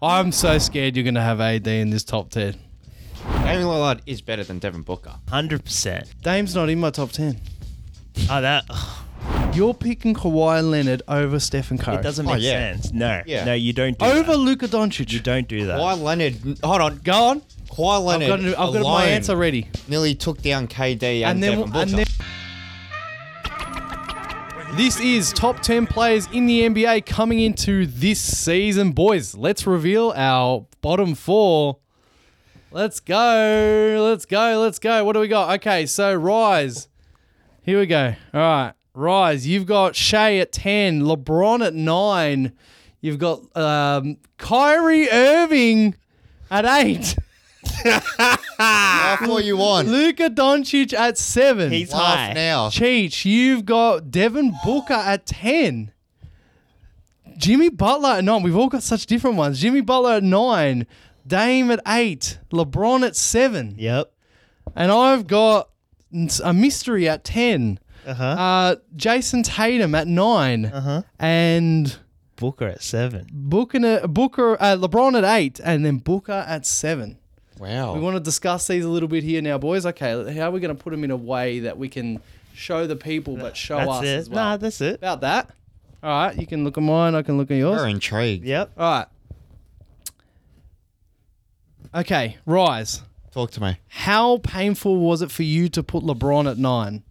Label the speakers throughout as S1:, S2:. S1: I'm so scared you're going to have AD in this top 10.
S2: Damien Lillard is better than Devin Booker.
S3: Hundred percent.
S1: Dame's not in my top 10.
S3: Oh, that
S1: You're picking Kawhi Leonard over Stephen Curry.
S3: it doesn't
S2: Oh,
S3: make
S2: yeah.
S3: sense. No,
S2: Yeah.
S3: no, you don't do
S1: Over
S3: that.
S1: Luka
S3: You
S1: Doncic.
S3: don't do that.
S2: Kawhi Leonard, hold on, go on. Kawhi
S1: I've
S2: Leonard
S1: got, I've got
S2: alone
S1: my answer ready.
S2: nearly took down KD and,
S1: And then,
S2: Devin Booker.
S1: and then. This is top 10 players in the NBA coming into this season. Boys, let's reveal our bottom four. Let's go. Let's go. Let's go. What do we got? Okay, so Rise. Here we go. All right. Rise. You've got Shea at 10, LeBron at 9. You've got um, Kyrie Irving at 8.
S2: How far you on?
S1: Luka Doncic at 7.
S3: He's high.
S2: Laugh now.
S1: Cheech, you've got Devin Booker at 10. Jimmy Butler at 9. We've all got such different ones. Jimmy Butler at 9. Dame at 8. LeBron at 7.
S3: Yep.
S1: And I've got a mystery at 10.
S3: Uh-huh.
S1: Uh, Jason Tatum at 9. Uh-huh. And
S3: Booker at seven.
S1: Booker, Booker uh, LeBron at 8. And then Booker at 7.
S2: Wow.
S1: We want to discuss these a little bit here now, boys. Okay, how are we going to put them in a way that we can show the people but show
S3: That's
S1: us
S3: it.
S1: as well?
S3: Nah, that's it.
S1: About that. All right, you can look at mine. I can look at yours.
S2: We're intrigued.
S3: Yep.
S1: All right. Okay, rise.
S2: Talk to me.
S1: How painful was it for you to put LeBron at nine?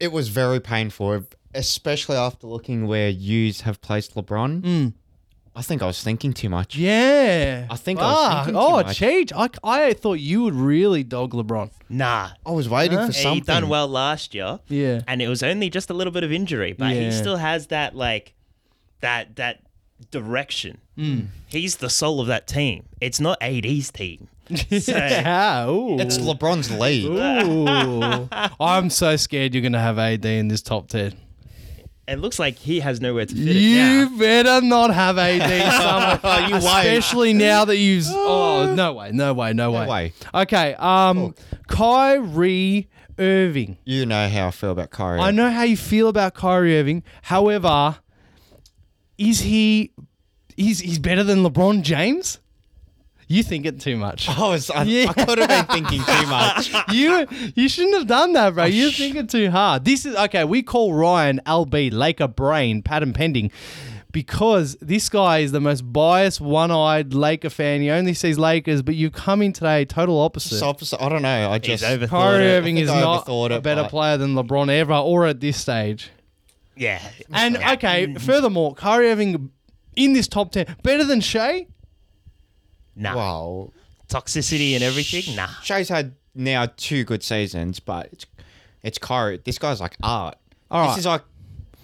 S2: It was very painful, especially after looking where yous have placed LeBron.
S1: Mm.
S2: I think I was thinking too much.
S1: Yeah,
S2: I think I was
S1: Fuck.
S2: thinking too
S1: Oh,
S2: much.
S1: cheat! I, I thought you would really dog LeBron.
S3: Nah.
S2: I was waiting for
S3: He
S2: something.
S3: done well last year.
S1: Yeah.
S3: And it was only just a little bit of injury, but
S1: Yeah.
S3: he still has that like that that direction.
S1: Mm.
S3: He's the soul of that team. It's not AD's team. So,
S1: yeah. Ooh.
S2: It's LeBron's lead.
S1: Ooh. I'm so scared you're gonna have AD in this top ten.
S3: it looks like he has nowhere to fit
S1: You
S3: it now.
S1: better not have AD summer.
S2: You won't.
S1: especially now that you've. Oh no way! No way! No way!
S2: way.
S1: Okay. Um, Kyrie Irving.
S2: You know how I feel about Kyrie.
S1: I know how you feel about Kyrie Irving. However, is he? He's he's better than LeBron James. You think it too much.
S2: I was. I,
S1: Yeah.
S2: I could have been thinking too much.
S1: you you shouldn't have done that, bro. You're thinking too hard. This is okay. We call Ryan LB Laker Brain patent pending because this guy is the most biased, one-eyed Laker fan. He only sees Lakers, but you come in today total opposite.
S2: So opposite- I don't know. I just.
S3: overthought
S1: Kyrie
S3: it. I
S1: Irving
S2: think
S1: is
S2: I
S1: not
S2: overthought
S1: a
S2: it,
S1: better
S2: but-
S1: player than LeBron ever, or at this stage.
S3: Yeah.
S1: And okay, furthermore, Kyrie Irving in this top ten better than Shea.
S3: Nah.
S2: Wow.
S3: Toxicity and everything? Nah.
S2: Shay's had now two good seasons, but it's it's Kyrie. This guy's like art.
S1: All
S2: This
S1: right.
S2: is like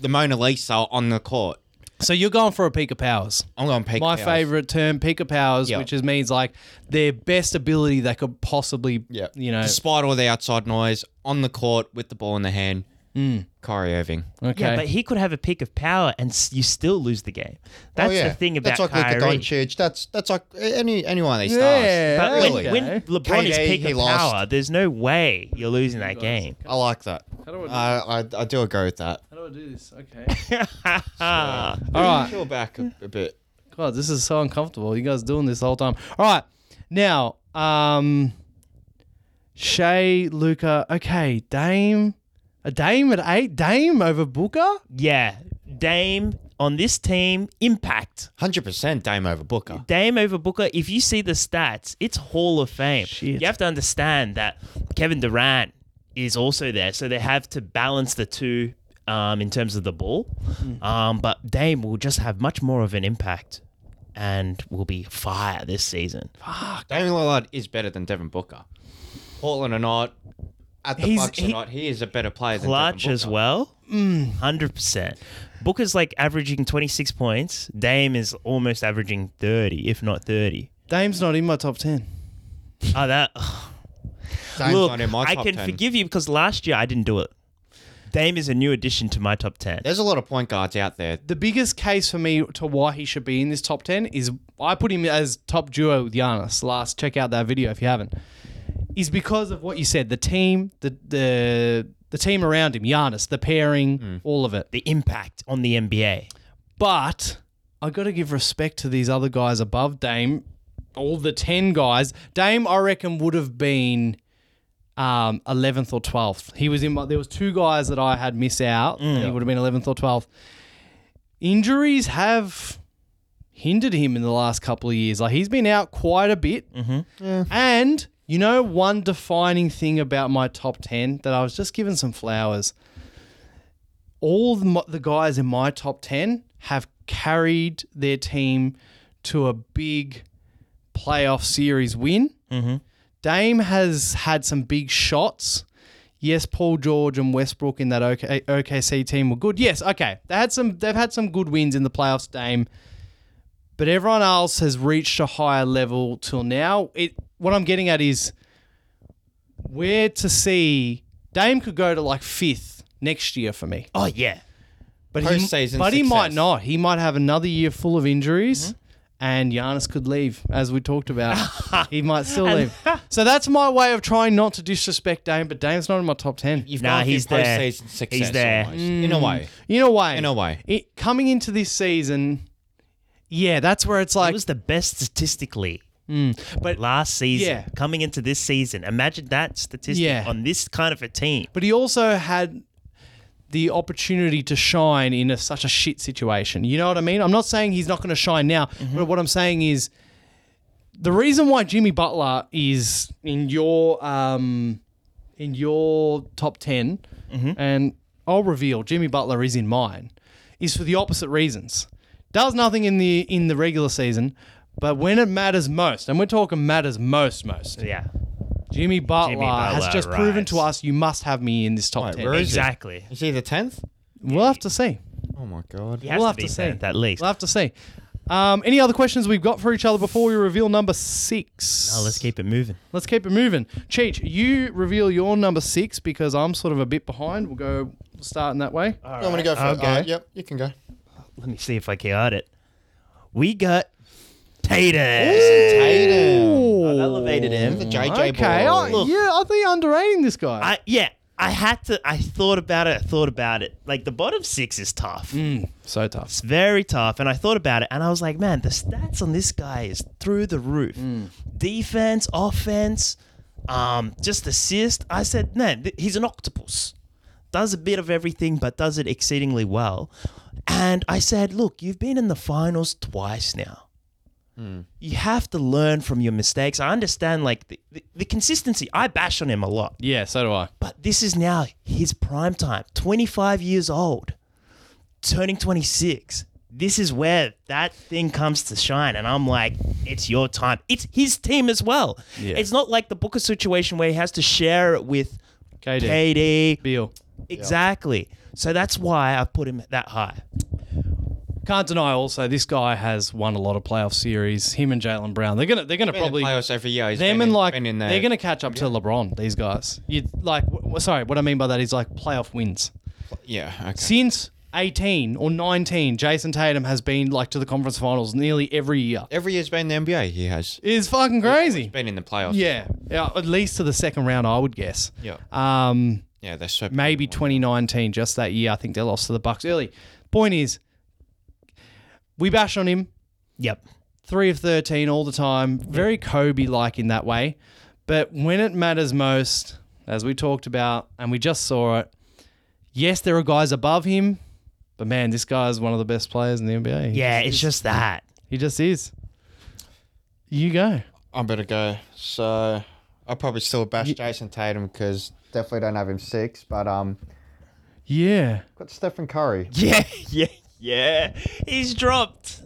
S2: the Mona Lisa on the court.
S1: So you're going for a peak of powers.
S2: I'm going to pick
S1: my
S2: Powers.
S1: favorite term, peak of powers,
S2: Yeah.
S1: which is means like their best ability they could possibly,
S2: Yeah.
S1: you know.
S2: Despite all the outside noise, on the court with the ball in the hand,
S3: Hmm.
S2: Kyrie Irving.
S1: Okay.
S3: Yeah, but he could have a peak of power and s- you still lose the game. That's the thing about
S2: Oh, that's like
S3: Kyrie.
S2: Luka Doncic. That's that's like any any one of these
S1: Yeah.
S2: stars.
S3: But
S2: Really?
S3: when, when LeBron is
S2: KD,
S3: peak
S2: he
S3: of
S2: lost.
S3: power, there's no way you're losing that game.
S2: I like that. I,
S1: do I do
S2: I, I do agree with that.
S1: How do I do this? Okay.
S3: Ah,
S1: All right.
S2: Chill back a, a bit.
S1: God, this is so uncomfortable. You guys doing this the whole time. All right. Now, um, Shay, Luca. Okay, Dame. A Dame at eight. Dame over Booker.
S3: yeah, Dame on this team, impact.
S2: Hundred percent Dame over Booker.
S3: Dame over Booker, if you see the stats, it's Hall of Fame.
S1: Shit.
S3: You have to understand that Kevin Durant is also there, so they have to balance the two um, in terms of the ball.
S1: Hmm.
S3: Um, but Dame will just have much more of an impact and will be fire this season.
S2: Damian Lillard is better than Devin Booker. Portland or not, at the
S3: He's-
S2: Bucks or
S3: he-
S2: not, he is a better player than
S3: Clutch
S2: Devin
S3: as
S2: Booker.
S3: well. Hundred percent. Booker's like averaging twenty six points. Dame is almost averaging thirty, if not thirty.
S1: Dame's not in my top ten.
S3: Oh, that
S2: Dame's
S3: look.
S2: not in my
S3: I
S2: top
S3: can
S2: 10.
S3: forgive you because last year I didn't do it. Dame is a new addition to my top ten.
S2: There's a lot of point guards out there.
S1: The biggest case for me to why he should be in this top 10 is I put him as top duo with Giannis last. Check out that video if you haven't. Is because of what you said the team, the the the team around him, Giannis, the pairing, all of it.
S3: The impact on the NBA.
S1: But I got to give respect to these other guys above Dame, all the 10 guys. Dame, I reckon, would have been um, 11th or 12th. He was in my, there was two guys that I had miss out. and he would have been 11th or 12th. Injuries have hindered him in the last couple of years. Like he's been out quite a bit. Mm-hmm. And you know, one defining thing about my top 10 that I was just given some flowers all the, mo- the guys in my top 10 have carried their team to a big playoff series win. Dame has had some big shots. Yes, Paul George and Westbrook in that OK- OKC team were good. Yes, okay. They had some they've had some good wins in the playoffs, Dame. But everyone else has reached a higher level till now. It what I'm getting at is where to see Dame could go to like 5th next year for me.
S3: Oh yeah.
S1: But he,
S2: Postseason
S1: but he might
S2: success.
S1: not. He might have another year full of injuries, and Giannis could leave, as we talked about. he might still leave. So that's my way of trying not to disrespect Dame, but Dame's not in my top ten.
S2: You've
S3: Nah,
S2: gone through
S3: he's there.
S2: postseason Success
S3: He's there. Mm.
S2: almost, in a way.
S1: In a way,
S2: In a way.
S1: It- coming into this season, yeah, that's where it's like,
S3: It was the best statistically
S1: but
S3: last season.
S1: Yeah.
S3: Coming into this season, imagine that statistic
S1: Yeah.
S3: on this kind of a team.
S1: but he also had the opportunity to shine in a, such a shit situation. You know what I mean? I'm not saying he's not going to shine now, but what I'm saying is the reason why Jimmy Butler is in your um, in your top 10 and I'll reveal Jimmy Butler is in mine, is for the opposite reasons. Does nothing in the in the regular season, but when it matters most, and we're talking matters most most,
S3: Yeah.
S1: Jimmy Butler, has
S3: Butler,
S1: just proven
S3: right.
S1: to us you must have me in this top
S2: Wait,
S1: ten.
S2: where is he?
S3: Exactly.
S2: Is he the tenth?
S1: We'll have to see.
S2: Oh my god.
S3: He has
S1: We'll
S3: to
S1: have
S3: be
S1: to see.
S3: tenth at least.
S1: We'll have to see. Um, any other questions we've got for each other before we reveal number six?
S3: Oh, let's keep it moving.
S1: Let's keep it moving. Cheech, you reveal your number six because I'm sort of a bit behind. We'll go starting that way.
S2: You want me to go for it?
S3: Okay.
S2: Uh, yep, you can go.
S3: Let me see if I got it. We got Tatum.
S2: Tatum.
S3: I've elevated
S2: The
S3: him.
S2: JJ
S1: okay,
S2: boy.
S1: I, yeah, I think you're underrating this guy.
S3: I yeah. I had to. I thought about it. I thought about it. Like the bottom six is tough.
S1: so tough.
S3: It's very tough. And I thought about it, and I was like, man, the stats on this guy is through the roof. Defense, offense, um, just assist. I said, man, th- he's an octopus. Does a bit of everything, but does it exceedingly well. And I said, look, you've been in the finals twice now you have to learn from your mistakes. I understand like the, the, the consistency. I bash on him a lot,
S1: Yeah, so do I.
S3: but this is now his prime time. 25 years old, turning 26. This is where that thing comes to shine. And I'm like, it's your time. It's his team as well. It's not like the Booker situation where he has to share it with
S1: KD.
S3: KD.
S1: Beal.
S3: Exactly. So that's why I put him that high.
S1: Can't deny also this guy has won a lot of playoff series. Him and Jalen Brown. They're gonna they're gonna
S2: Been in
S1: probably
S2: the playoffs every year. He's
S1: them
S2: been
S1: and
S2: in,
S1: like
S2: been in there.
S1: they're going to catch up to LeBron. These guys, you like w- w- sorry, what I mean by that is like playoff wins
S2: Yeah, okay.
S1: since eighteen or nineteen. Jason Tatum has been like to the conference finals nearly every year.
S2: every year's been in the NBA he has.
S1: It's fucking crazy.
S2: Been in the playoffs.
S1: Yeah, yeah, at least to the second round, I would guess.
S2: Yeah.
S3: Uh,
S1: Um,
S2: Yeah, they're so
S1: maybe 2019, just that year. I think they lost to the Bucks early. Point is, we bash on him.
S3: Yep.
S1: three of 13 all the time, very Kobe like in that way. But when it matters most, as we talked about and we just saw it, yes, there are guys above him, but man, this guy is one of the best players in the NBA.
S3: Yeah, it's just that.
S1: He just is. You go.
S2: I'm gonna go. So I'll probably still bash Jason Tatum because definitely don't have him six, but um
S1: Yeah.
S2: got Stephen Curry
S3: Yeah, yeah, yeah. He's dropped.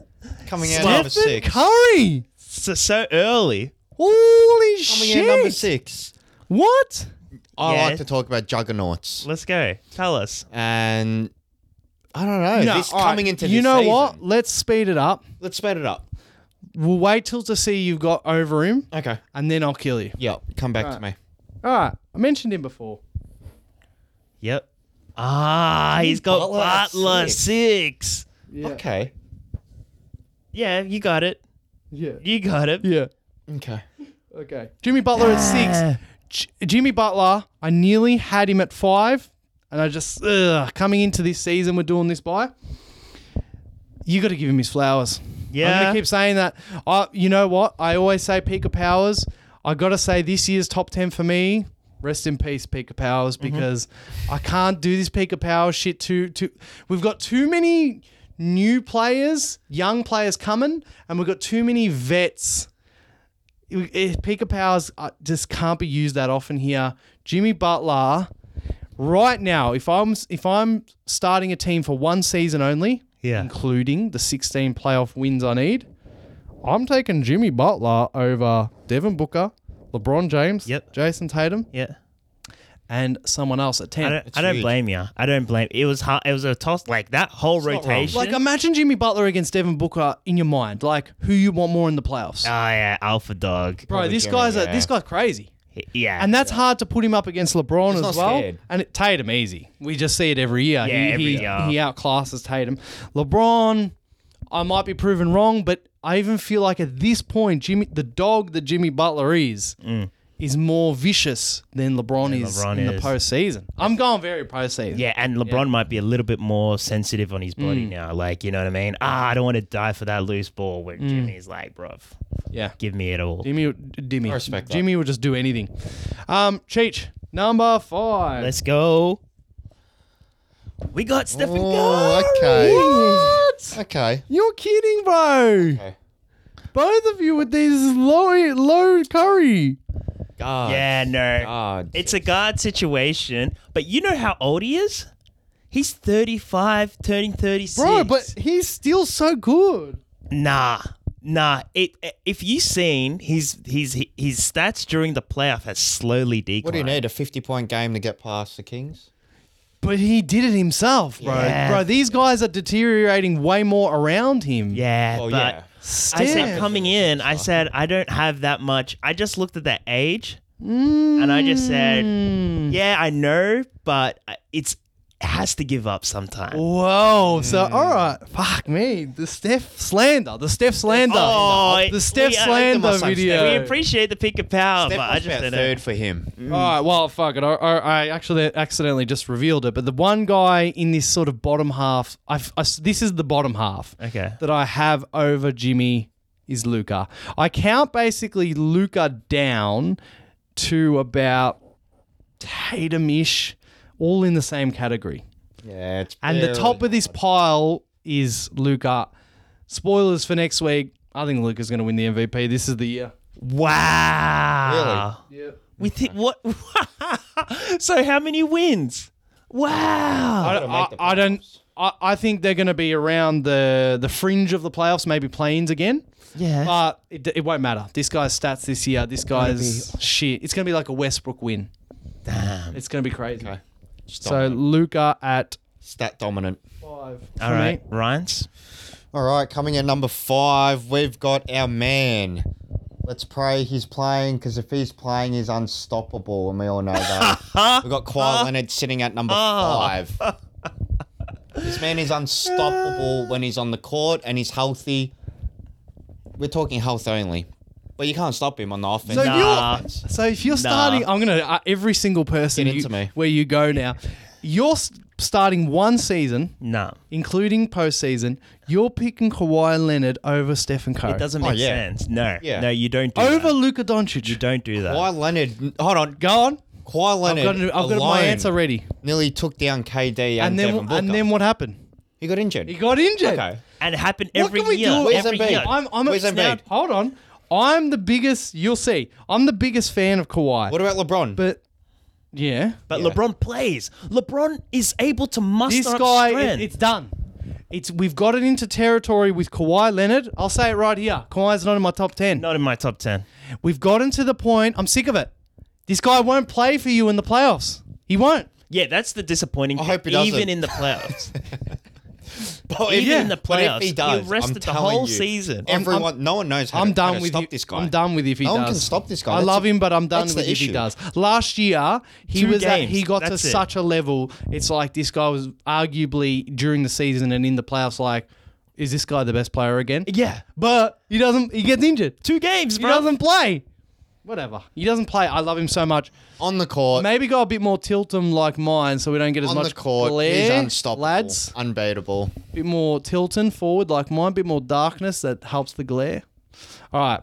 S2: coming in number
S1: Stephen
S2: six.
S1: Curry.
S3: so, so early.
S1: Holy
S2: coming in number
S1: shit.
S2: six.
S1: What?
S2: I
S3: Yeah.
S2: like to talk about juggernauts,
S3: Let's go. Tell us.
S2: and I don't know.
S1: No,
S2: this
S1: all right,
S2: coming into
S1: You
S2: this
S1: know
S2: season-
S1: what? Let's speed it up.
S2: Let's speed it up.
S1: We'll wait till to see you've got over him,
S2: Okay.
S1: and then I'll kill you.
S2: Yeah, come back to me.
S1: All right. I mentioned him before.
S3: Yep. Ah, he's got
S2: Butler
S3: Butler,
S2: at
S3: six.
S2: Okay.
S3: Yeah, you got it.
S1: Yeah.
S3: You got it.
S1: Yeah.
S2: Okay.
S1: Okay. Jimmy Butler at
S3: Yeah.
S1: six. J- Jimmy Butler, I nearly had him at five, and I just ugh, coming into this season, we're doing this by. you got to give him his flowers. I'm
S3: Yeah.
S1: gonna keep saying that. I, you know what? I always say Pika Powers. I gotta say this year's top ten for me. Rest in peace, Pika Powers,
S3: Mm-hmm.
S1: because I can't do this Pika Powers shit. Too, too. We've got too many new players, young players coming, and we've got too many vets. It- it- Pika Powers uh, just can't be used that often here. Jimmy Butler, right now, if I'm if I'm starting a team for one season only,
S3: Yeah.
S1: including the 16 playoff wins I need, I'm taking Jimmy Butler over Devin Booker, LeBron James,
S3: Yep.
S1: Jason Tatum,
S3: Yeah.
S1: and someone else at
S3: I
S1: 10.
S3: don't, I don't
S2: huge.
S3: blame you. I don't blame. It was hard. It was a toss. Like that whole
S2: not wrong.
S3: rotation.
S1: Like imagine Jimmy Butler against Devin Booker in your mind, like who you want more in the playoffs.
S3: oh yeah, alpha dog.
S1: Bro, this
S2: Jimmy,
S1: guy's a,
S2: yeah.
S1: this guy's crazy.
S3: Yeah.
S1: And that's hard to put him up against LeBron
S2: He's
S1: as
S2: not
S1: well.
S2: scared.
S1: And it, Tatum easy. We just see it every year.
S3: Yeah,
S1: he,
S3: every
S1: he,
S3: year.
S1: he outclasses Tatum. LeBron, I might be proven wrong, but I even feel like at this point, Jimmy, the dog that Jimmy Butler is, is more vicious than LeBron is
S3: LeBron
S1: in the
S3: is.
S1: postseason. I'm going very postseason.
S3: Yeah, and LeBron might be a little bit more sensitive on his body now. Like, you know what I mean? Ah, I don't want to die for that loose ball. Where Jimmy's like, bruv,
S1: yeah.
S3: give me it all.
S1: Jimmy, Jimmy,
S2: I respect that.
S1: Jimmy will just do anything. Um, Cheech, number 5
S3: Let's go. We got Stephen Curry.
S2: Oh, okay.
S1: what?
S2: Okay.
S1: You're kidding, bro. Both of you with these low low curry.
S2: God.
S3: Yeah, no.
S2: God.
S3: It's a guard situation, but you know how old he is? He's 35, turning 36.
S1: Bro, but he's still so good.
S3: Nah, nah. It, if you seen his his his stats during the playoff has slowly declined.
S2: what do you need? A 50 point game to get past the Kings?
S1: But he did it himself, bro.
S3: Yeah.
S1: Bro, these guys are deteriorating way more around him.
S3: Yeah,
S2: Oh,
S3: but
S2: yeah.
S3: I
S1: Stan.
S3: said coming in, I said I don't have that much. I just looked at the age, and I just
S1: Hmm.
S3: said,
S1: Mm.
S3: yeah, I know, but I- it's it has to give up sometime.
S1: Whoa. So,
S3: Mm.
S1: all right. Fuck me. The Steph slander. The Steph slander.
S3: Oh,
S1: the Steph
S3: we- I-
S1: slander
S2: we
S1: video.
S3: We appreciate the pick of power, but I just don't know.
S2: third for him.
S1: All right, well, fuck it. I, I, I actually accidentally just revealed it, but the one guy in this sort of bottom half, I've, I s- this is the bottom half
S3: Okay.
S1: that I have over Jimmy is Luca. I count basically Luca down to about Tatum ish, all in the same category.
S2: Yeah, it's
S1: And the top of this pile is Luca. Spoilers for next week. I think Luca's going to win the MVP. This is the year.
S3: Wow.
S1: Yeah.
S3: We think what? so how many wins? Wow.
S1: I,
S2: Gotta make the
S1: I- I don't. I, I think they're going to be around the the fringe of the playoffs, maybe planes again.
S3: Yeah.
S1: But it, it won't matter. This guy's stats this year. This guy's shit. It's going to be like a Westbrook win. Damn. It's going to be crazy.
S2: Okay.
S1: So Luca at
S2: stat dominant.
S1: five.
S3: All right, Ryan's.
S2: All right, coming in number five, we've got our man. Let's pray he's playing because if he's playing, he's unstoppable, and we all know that. we've got Kawhi Leonard sitting at number
S1: Ah.
S2: five. this man is unstoppable when he's on the court and he's healthy. We're talking health only, but you can't stop him on the offense.
S1: So
S3: Nah.
S1: you're so if you're starting, I'm gonna uh, every single person
S2: Get
S1: you-
S2: into me.
S1: where you go now. You're s- starting one season,
S3: No,
S1: including postseason. You're picking Kawhi Leonard over Stephen Curry.
S3: it doesn't
S2: Oh,
S3: make
S2: yeah.
S3: sense. No,
S2: Yeah.
S3: no, you don't do
S1: over
S3: that.
S1: Luka Doncic.
S3: You don't do that.
S2: Kawhi Leonard, hold on,
S1: Go on.
S2: Kawhi
S1: I've
S2: Leonard
S1: got, I've got my
S2: alone
S1: answer ready.
S2: nearly took down
S1: And
S2: KD and, Devin
S1: then
S2: Booker.
S1: and then what happened?
S2: he got injured.
S1: He got injured.
S2: okay.
S3: And it happened
S1: What
S3: every
S1: can we
S3: year.
S1: do?
S2: Where's
S3: every
S2: Embiid?
S3: year.
S1: I'm I'm
S2: Where's
S1: a, now,
S2: Embiid?
S1: hold on. I'm the biggest. You'll see. I'm the biggest fan of Kawhi.
S2: What about LeBron?
S1: but yeah,
S3: But
S2: Yeah.
S3: LeBron plays. LeBron is able to muster
S1: this
S3: up
S1: guy, it-
S3: strength.
S1: it's done. It's we've got it into territory with Kawhi Leonard. I'll say it right here. Kawhi's not in my top ten.
S3: not in my top ten.
S1: We've gotten to the point. I'm sick of it. This guy won't play for you in the playoffs. He won't.
S3: Yeah, that's the disappointing. I
S2: hope he doesn't.
S3: even in the playoffs.
S2: But
S3: Even
S2: if-
S3: in the
S2: but if
S3: playoffs,
S2: he does,
S3: he rested
S2: I'm
S3: the
S2: telling
S3: whole
S2: you,
S3: season. I'm-
S2: Everyone, no one knows how
S1: I'm
S2: to, how
S1: done
S2: to
S1: with
S2: stop
S1: you.
S2: this guy.
S1: I'm done with if he
S2: No
S1: does.
S2: one can stop this guy.
S1: I
S2: That's
S1: love
S2: the-
S1: him, but I'm done
S2: that's
S1: with
S2: the
S1: if he
S2: issue.
S1: does. Last year, he
S3: Two
S1: was at-
S3: games,
S1: he got to
S3: that's it.
S1: such a level. It's like this guy was arguably during the season and in the playoffs. Like, is this guy the best player again?
S3: yeah,
S1: But he doesn't. He gets injured.
S3: two games,
S1: He
S3: bro.
S1: doesn't play. Whatever. He doesn't play. I love him so much.
S2: On the court,
S1: Maybe go a bit more tilt him like mine so we don't get as
S2: on
S1: much
S2: the court,
S1: glare.
S2: he's unstoppable,
S1: Lads,
S2: unbeatable.
S1: bit more tilting forward like mine, bit more darkness that helps the glare. All right.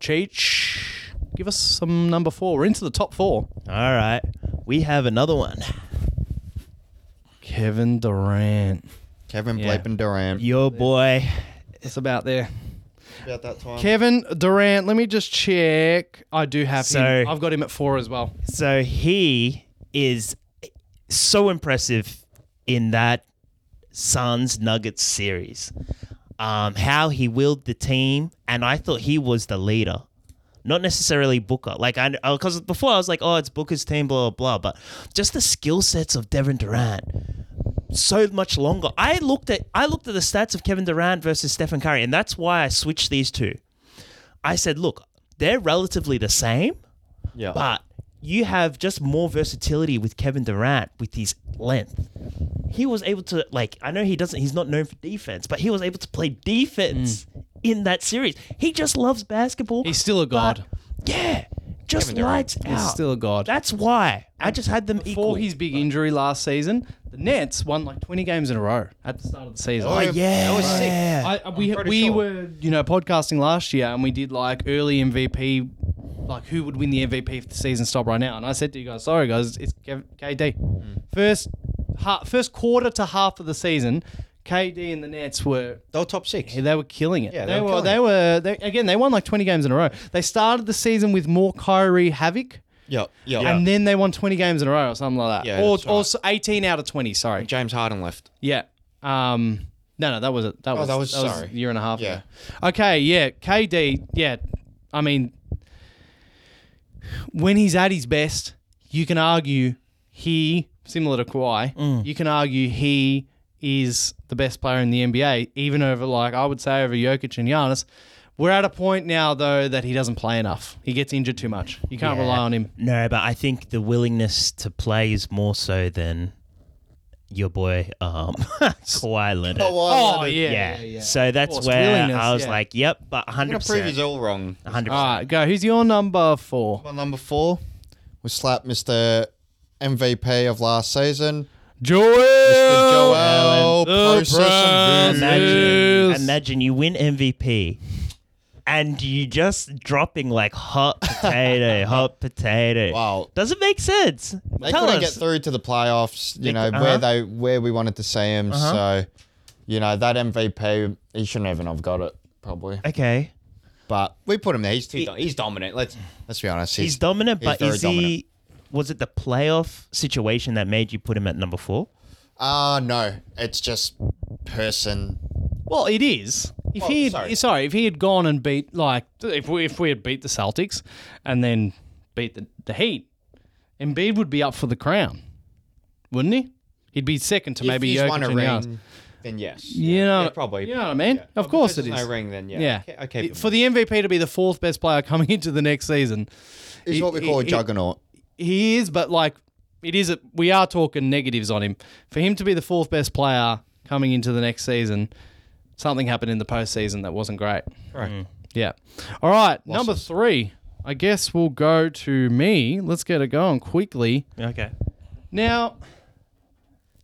S1: Cheech, give us some number four. We're into the top four.
S3: All right. We have another one.
S1: Kevin Durant.
S2: Kevin
S1: Yeah.
S2: Blake and Durant.
S3: Your boy.
S1: It's about there.
S2: About that time.
S1: Kevin Durant, let me just check. I do have
S3: So-
S1: him. I've got him at four as well.
S3: So he is so impressive in that Suns Nuggets series. Um, how he willed the team, and I thought he was the leader, not necessarily Booker. Like I, because before I was like, oh, it's Booker's team, blah blah blah. But just the skill sets of Devin Durant, so much longer. I looked at I looked at the stats of Kevin Durant versus Stephen Curry, and that's why I switched these two. I said, look, they're relatively the same,
S2: Yeah.
S3: but you have just more versatility with Kevin Durant with his length. He was able to like I know he doesn't he's not known for defense, but he was able to play defense in that series. He just loves basketball.
S1: He's still a
S3: but-
S1: god.
S3: yeah. Just lights out.
S1: He's still a god.
S3: That's why I just had them equal.
S1: Before his big injury last season, the Nets won like 20 games in a row at the start of the season.
S2: Oh,
S1: Like,
S3: yeah.
S2: That was sick.
S1: I, I- we
S2: pretty
S1: we
S2: sure.
S1: were you know podcasting last year and we did like early MVP, like who would win the MVP if the season stopped right now? And I said to you guys, sorry guys, it's Kev- KD.
S2: Mm.
S1: First ha- first quarter to half of the season, KD and the Nets were
S2: they were top six.
S1: they were killing it.
S2: Yeah,
S1: they,
S2: they were
S1: were.
S2: killing
S1: They
S2: it.
S1: were. They, again, they won like 20 games in a row. They started the season with more Kyrie havoc.
S2: Yeah. Yeah.
S1: And then they won 20 games in a row or something like that.
S2: Yeah,
S1: or,
S2: that's
S1: or
S2: right.
S1: s- 18 out of 20, sorry.
S2: James Harden left.
S1: Yeah. Um. No, no, that was it. That was
S2: that was- sorry.
S1: a year and a half.
S2: Yeah.
S1: Ago. Okay. Yeah. KD. Yeah. I mean, when he's at his best, you can argue he, similar to Kawhi, you can argue he is the best player in the NBA, even over like I would say over Jokic and Giannis. We're at a point now though that he doesn't play enough. He gets injured too much. You can't rely on him.
S3: No, but I think the willingness to play is more so than your boy um Kawhi Leonard.
S1: Oh
S2: Leonard.
S1: yeah.
S3: yeah.
S1: Yeah. yeah.
S3: So that's
S1: course,
S3: where
S1: willingness,
S3: I was
S1: yeah.
S3: like, yep, but 100%.
S2: I'm gonna prove he's all wrong.
S3: 100%.
S1: All right. Go. Who's your number four?
S2: My number four, we slap Mr. MVP of last season,
S1: Joel. Oh,
S2: Mr. Joel.
S1: The
S2: Process and
S1: Brad-
S2: Boogie.
S3: Imagine,
S1: Yes.
S3: imagine you win MVP and you just dropping like hot potato, hot potato.
S2: Wow.
S3: Does it make sense?
S2: They
S3: Tell
S2: couldn't
S3: us.
S2: get through to the playoffs, you
S3: They
S2: know,
S3: cou- uh-huh.
S2: where they where we wanted to see him. So, you know, that MVP, he shouldn't even have got it probably.
S3: okay.
S2: But we put him there. He's too, do- he's dominant. Let's let's be honest.
S3: He's dominant,
S2: he's
S3: but
S2: very
S3: is he. Was it the playoff situation that made you put him at number four?
S2: Ah, no, it's just person.
S1: Well, it is. If
S2: Well,
S1: he had, sorry.
S2: sorry.
S1: if he had gone and beat like if we if we had beat the Celtics and then beat the, the Heat, Embiid would be up for the crown, wouldn't he? He'd be second to maybe
S2: if he's
S1: Jokic
S2: won a
S1: and Giannis.
S2: ring, then yes.
S1: You know,
S2: Yeah, probably.
S1: You know what I mean?
S2: Yeah.
S1: Of
S2: If
S1: course it
S2: there's
S1: is.
S2: No ring, then yeah.
S1: Yeah.
S2: Okay. okay
S1: for the MVP to be the fourth best player coming into the next season,
S2: he's what we
S1: he-
S2: call a
S1: he-
S2: juggernaut.
S1: he is. But like, it is. A, we are talking negatives on him. For him to be the fourth best player coming into the next season, something happened in the postseason that wasn't great.
S2: Right.
S1: Yeah. All right. Number three. I guess we'll go to me. Let's get it going quickly.
S3: Okay.
S1: Now,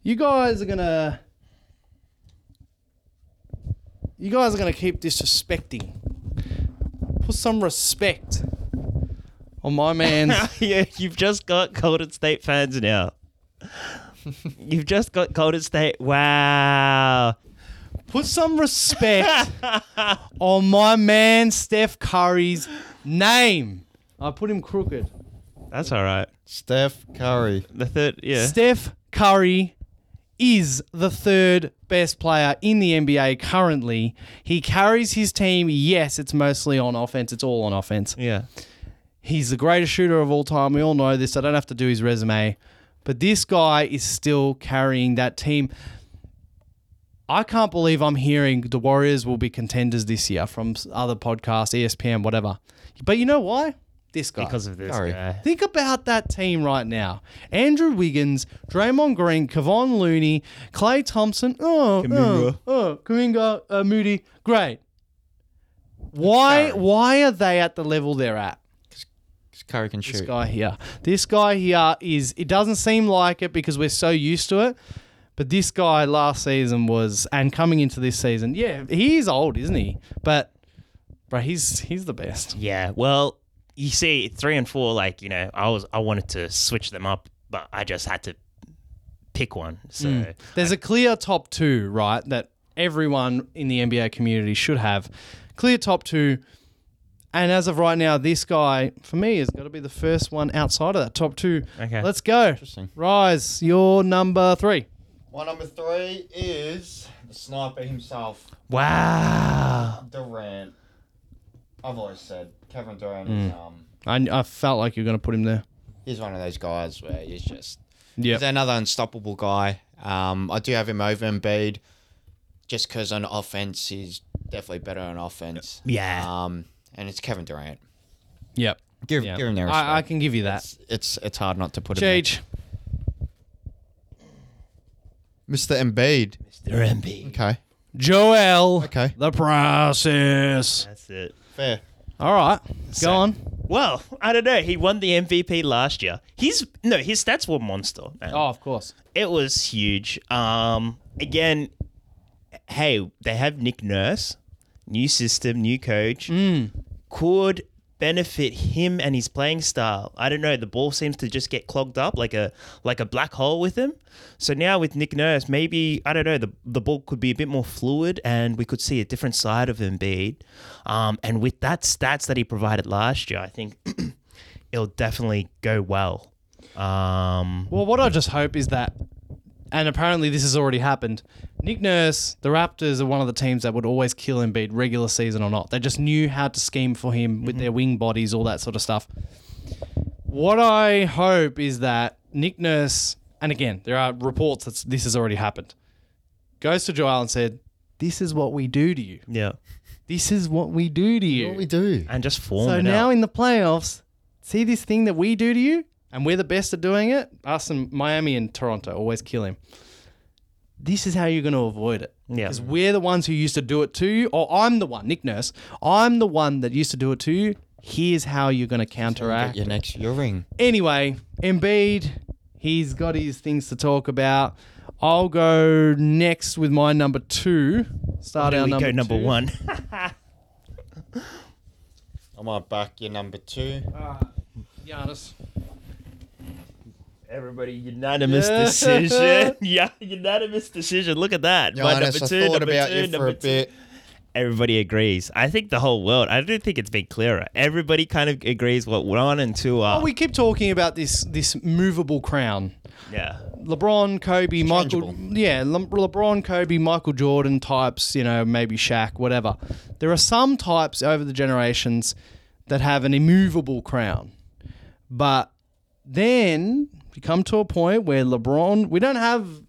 S1: you guys are gonna. You guys are gonna keep disrespecting. Put some respect on my man's.
S3: yeah, you've just got Golden State fans now. you've just got Golden State. Wow.
S1: put some respect on my man Steph Curry's name. I put him crooked.
S3: That's all right.
S2: Steph Curry.
S3: The third, yeah.
S1: Steph Curry is the third best player in the NBA currently. He carries his team. Yes, it's mostly on offense. It's all on offense.
S3: yeah.
S1: He's the greatest shooter of all time. We all know this. I don't have to do his resume. But this guy is still carrying that team. I can't believe I'm hearing the Warriors will be contenders this year from s- other podcasts, ESPN, whatever. But you know why? This guy.
S3: Because of this
S2: Sorry.
S3: guy.
S1: Think about that team right now. Andrew Wiggins, Draymond Green, Kevon Looney, Clay Thompson, oh,
S3: Kuminga.
S1: oh, oh, Kuminga, uh, Moody, great. uh, Why?
S2: Sorry.
S1: Why are they at the level they're at?
S2: Because Curry can
S1: This
S2: shoot.
S1: guy here. This guy here is. It doesn't seem like it because we're so used to it. But this guy last season was, and coming into this season, yeah, he's old, isn't he? But, bro, he's he's the best.
S3: Yeah. Well, you see, three and four, like you know, I was I wanted to switch them up, but I just had to pick one. So
S1: There's a clear top two, right? That everyone in the NBA community should have. Clear top two. And as of right now, this guy, for me, has got to be the first one outside of that top two.
S3: Okay.
S1: Let's go.
S2: Interesting.
S1: Rise, your number three.
S2: My number three is the sniper himself,
S3: wow.
S2: Durant. I've always said Kevin Durant is um
S1: I, I felt like you were going to put him there.
S2: he's one of those guys where he's just
S1: Yeah.
S2: he's another unstoppable guy. Um, I do have him over Embiid, just because on offense he's definitely better on offense.
S3: Yeah.
S2: Um, and it's Kevin Durant.
S1: Yep.
S2: Give,
S1: Yeah.
S2: give him their respect.
S1: I, I can give you that.
S2: it's, it's it's hard not to put him.
S1: Cheech.
S2: there. Mr. Embiid.
S3: Mr. MP.
S2: Okay,
S1: Joel.
S2: Okay.
S1: The process.
S3: That's it.
S2: fair.
S1: All right. Go on.
S3: Well, I don't know. He won the MVP last year. His no, his stats were monster. Man.
S1: Oh, of course.
S3: It was huge. Um, again, hey, they have Nick Nurse, new system, new coach. Could benefit him and his playing style. I don't know. The ball seems to just get clogged up like a like a black hole with him. So now with Nick Nurse, maybe I don't know. The the ball could be a bit more fluid, and we could see a different side of Embiid. Um, and with that stats that he provided last year, I think it'll definitely go well. Um,
S1: Well, what I just hope is that, and apparently this has already happened. Nick Nurse, the Raptors are one of the teams that would always kill Embiid, regular season or not. They just knew how to scheme for him with their wing bodies, all that sort of stuff. What I hope is that Nick Nurse, and again, there are reports that this has already happened, goes to Joel and said, "This is what we do to you.
S3: yeah.
S1: This is what we do to you."
S2: do?
S3: and just form
S1: So
S3: it
S1: now
S3: up.
S1: in the playoffs, see this thing that we do to you, and we're the best at doing it. Us and Miami and Toronto always kill him. This is how you're going to avoid it.
S3: Yeah.
S1: Because we're the ones who used to do it to you, or I'm the one, Nick Nurse. I'm the one that used to do it to you. Here's how you're going to counteract.
S2: Your next your ring.
S1: Anyway, Embiid, he's got his things to talk about. I'll go next with my number two. Start
S3: There
S1: our
S3: we
S1: number
S3: go number
S1: two.
S3: one.
S2: I might back your number two.
S1: Giannis.
S3: Everybody unanimous
S1: Yeah.
S3: decision. Yeah, unanimous decision. Look at that. My number two, number two, number two. Everybody agrees. I think the whole world. I don't think it's been clearer. Everybody kind of agrees what one and two are.
S1: Oh, we keep talking about this this movable crown.
S3: yeah.
S1: LeBron, Kobe, Michael. Yeah, Le- LeBron, Kobe, Michael Jordan types, you know, maybe Shaq, whatever. There are some types over the generations that have an immovable crown. But then we come to a point where LeBron, we don't have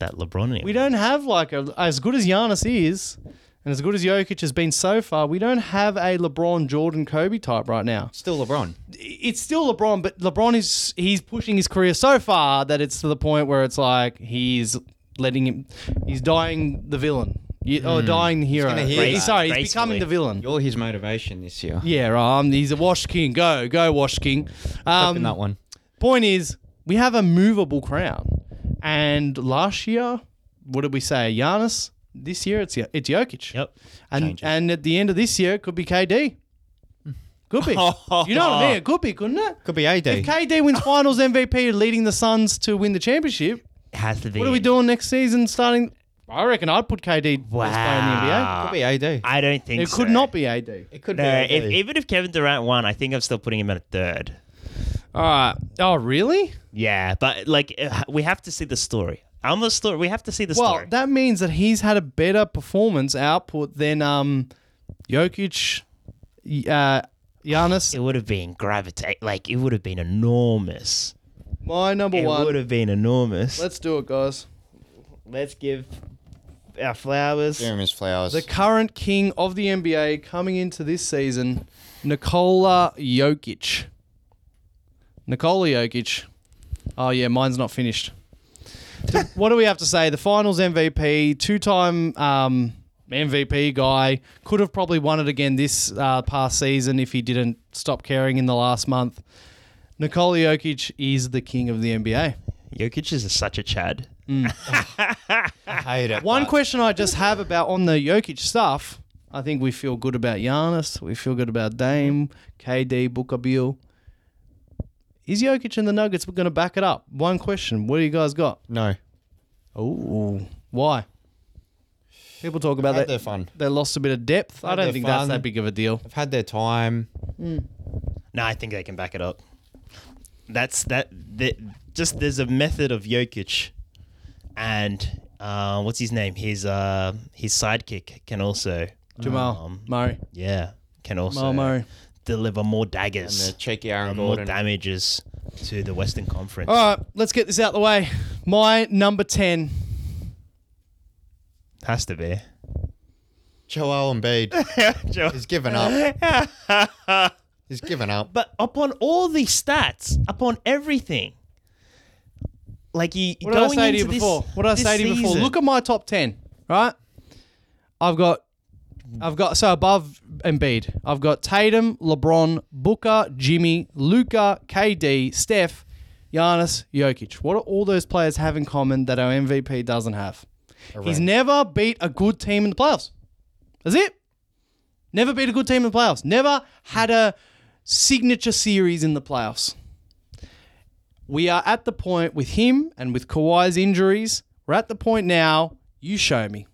S3: That LeBron.
S1: we don't have like a as good as Giannis is, and as good as Jokic has been so far, we don't have a LeBron, Jordan, Kobe type right now.
S2: Still LeBron.
S1: it's still LeBron, but LeBron is he's pushing his career so far that it's to the point where it's like he's letting him, he's dying the villain You- or dying the hero.
S2: Hmm. gonna hear
S1: Right,
S2: that.
S1: sorry, he's
S3: Gracefully.
S1: becoming the villain.
S2: You're his motivation this year.
S1: Yeah, right. um, he's a Wash King. Go, go, Wash King.
S2: in
S1: Um,
S2: that one.
S1: point is, we have a movable crown, and last year, what did we say? Giannis. This year, it's it's Jokic.
S3: Yep.
S1: And
S2: Changes.
S1: and at the end of this year, it could be KD. Could be. you know what I mean? It could be, couldn't it?
S2: Could be AD.
S1: If KD
S3: Oh.
S1: wins Finals MVP, leading the Suns to win the championship,
S3: It has to be.
S1: what are we doing next season? Starting, I reckon I'd put KD
S3: Wow.
S1: as player in the NBA.
S2: Could be AD.
S3: I don't think
S1: It
S3: so.
S1: could not be AD.
S2: It could
S3: No, if, even if Kevin Durant won, I think I'm still putting him at a third.
S1: All right. Oh, really?
S3: Yeah, but like uh, we have to see the story. I'm the story. We have to see the
S1: Well,
S3: story.
S1: that means that he's had a better performance output than um, Jokic, y- uh, Giannis.
S3: it would have been gravitate like it would have been enormous.
S1: My number
S3: It would
S1: one.
S3: have been enormous. Let's,
S1: Let's do it, guys.
S3: give our flowers.
S2: Jeremy's flowers.
S1: The current king of the NBA coming into this season, Nikola Jokic. Nikola Jokic. Oh yeah, mine's not finished. what do we have to say? The Finals MVP, two-time um, MVP guy. Could have probably won it again this uh, past season if he didn't stop caring in the last month. Nikola Jokic is the king of the NBA.
S3: Jokic is such a Chad.
S2: I hate it.
S1: One
S2: but-
S1: question I just have about on the Jokic stuff. I think we feel good about Giannis. We feel good about Dame, KD, Booker, Beal. Is Jokic and the Nuggets going to back it up? One question. What do you guys got?
S2: No.
S1: Oh, why? People talk about
S2: Had
S1: that.
S2: their fun.
S1: They lost a bit of depth. I
S2: Had
S1: don't
S2: their
S1: think that's
S2: fun.
S1: that big of a deal.
S2: They've had their time.
S3: No, I think they can back it up. That's that. The, just there's a method of Jokic, and uh, what's his name? His uh, his sidekick can also
S1: Jamal
S3: um,
S1: Murray.
S3: yeah, can
S1: Jamal
S3: also
S1: Murray.
S3: deliver more
S2: And the
S3: daggers,
S2: cheeky Aaron
S3: and more
S2: Gordon.
S3: damages to the Western Conference.
S1: All right, let's get this out the way. My number 10.
S3: Has to be.
S2: Joel Embiid. He's given up. He's given up.
S3: but upon all these stats, upon everything, like you
S1: What did I
S3: going
S1: say to you
S3: into this-
S1: before? what did I
S3: this
S1: say to you before?
S3: season-
S1: Look at my top ten, right? I've got, I've got so above Embiid. I've got Tatum, LeBron, Booker, Jimmy, Luca, KD, Steph, Giannis, Jokic. What do all those players have in common that our MVP doesn't have? He's
S2: ring.
S1: never beat a good team in the playoffs. That's it. Never beat a good team in the playoffs. Never had a signature series in the playoffs. We are at the point with him and with Kawhi's injuries. We're at the point now. You show me.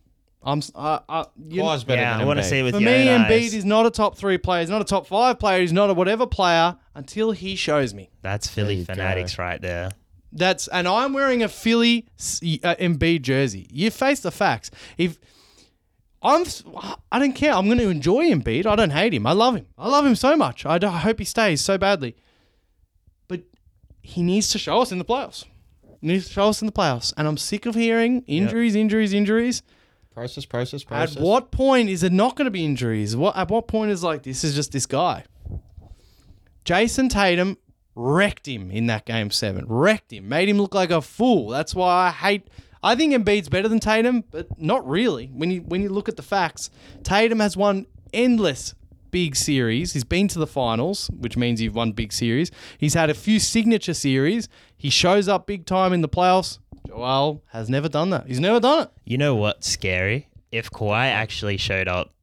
S1: I'm. s- I- I- you-
S2: Kawhi's better
S3: yeah,
S2: than
S3: I want to
S2: Embiid.
S3: say with
S1: for
S3: your
S1: me,
S3: own
S1: Embiid
S3: eyes.
S1: is not a top three player. He's not a top five player. He's not a whatever player until he shows me.
S3: That's Philly
S2: you go.
S3: fanatics right there.
S1: That's and I'm wearing a Philly s- uh, MB jersey. You face the facts. If I'm, s- I don't care. I'm going to enjoy Embiid. I don't hate him. I love him. I love him so much. I, d- I hope he stays so badly. But he needs to show us in the playoffs. He needs to show us in the playoffs. And I'm sick of hearing injuries, injuries, injuries.
S2: Process, process,
S1: At
S2: process.
S1: what point is it not going to be injuries? What at what point is like this is just this guy? Jason Tatum wrecked him in that game seven. Wrecked him, made him look like a fool. That's why I hate. I think Embiid's better than Tatum, but not really. When you when you look at the facts, Tatum has won endless big series. He's been to the finals, which means you've won big series. He's had a few signature series. He shows up big time in the playoffs. Joel has never done that. He's never done it.
S3: You know what's scary? If Kawhi actually showed up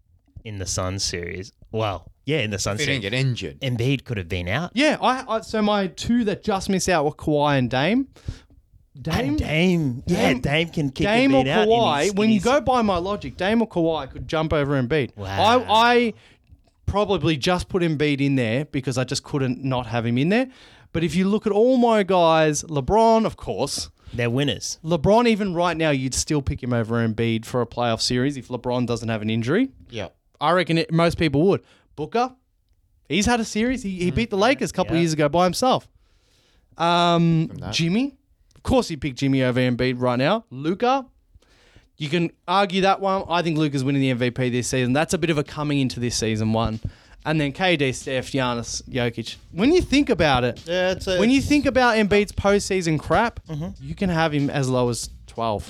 S3: in the Sun series, well, yeah, in the Sun
S2: If he didn't
S3: series,
S2: get injured.
S3: Embiid could have been out.
S1: Yeah, I, I so my two that just miss out were Kawhi and Dame. Dame,
S3: And Dame, yeah,
S1: Dame-
S3: Dame, can kick
S1: Dame or
S3: Embiid out. in
S1: Kawhi.
S3: his-
S1: When
S3: in
S1: you
S3: his-
S1: go by my logic, Dame or Kawhi could jump over Embiid.
S3: Wow.
S1: I, I probably just put Embiid in there because I just couldn't not have him in there. But if you look at all my guys, LeBron, of course.
S3: they're winners.
S1: LeBron, even right now, you'd still pick him over Embiid for a playoff series if LeBron doesn't have an injury.
S2: Yeah.
S1: I reckon it, most people would. Booker, he's had a series. He,
S2: Mm.
S1: he beat the Lakers a couple of
S3: Yeah.
S1: years ago by himself. Um,
S2: that.
S1: Jimmy, of course, he picked Jimmy over Embiid right now. Luca, you can argue that one. I think Luca's winning the MVP this season. That's a bit of a coming into this season one. And then KD, Steph, Giannis, Jokic. When you think about it,
S2: Yeah, it's a,
S1: when you think about Embiid's postseason crap,
S2: Mm-hmm.
S1: you can have him as low as twelve.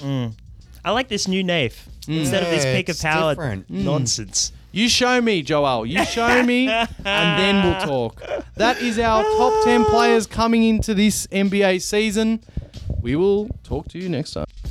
S3: I like this new Naif instead of this
S2: Mm. Yeah,
S3: peak of
S2: it's
S3: power
S2: different. Mm.
S3: nonsense.
S1: You show me, Joel. You show me, and then we'll talk. That is our top 10 players coming into this NBA season. We will talk to you next time.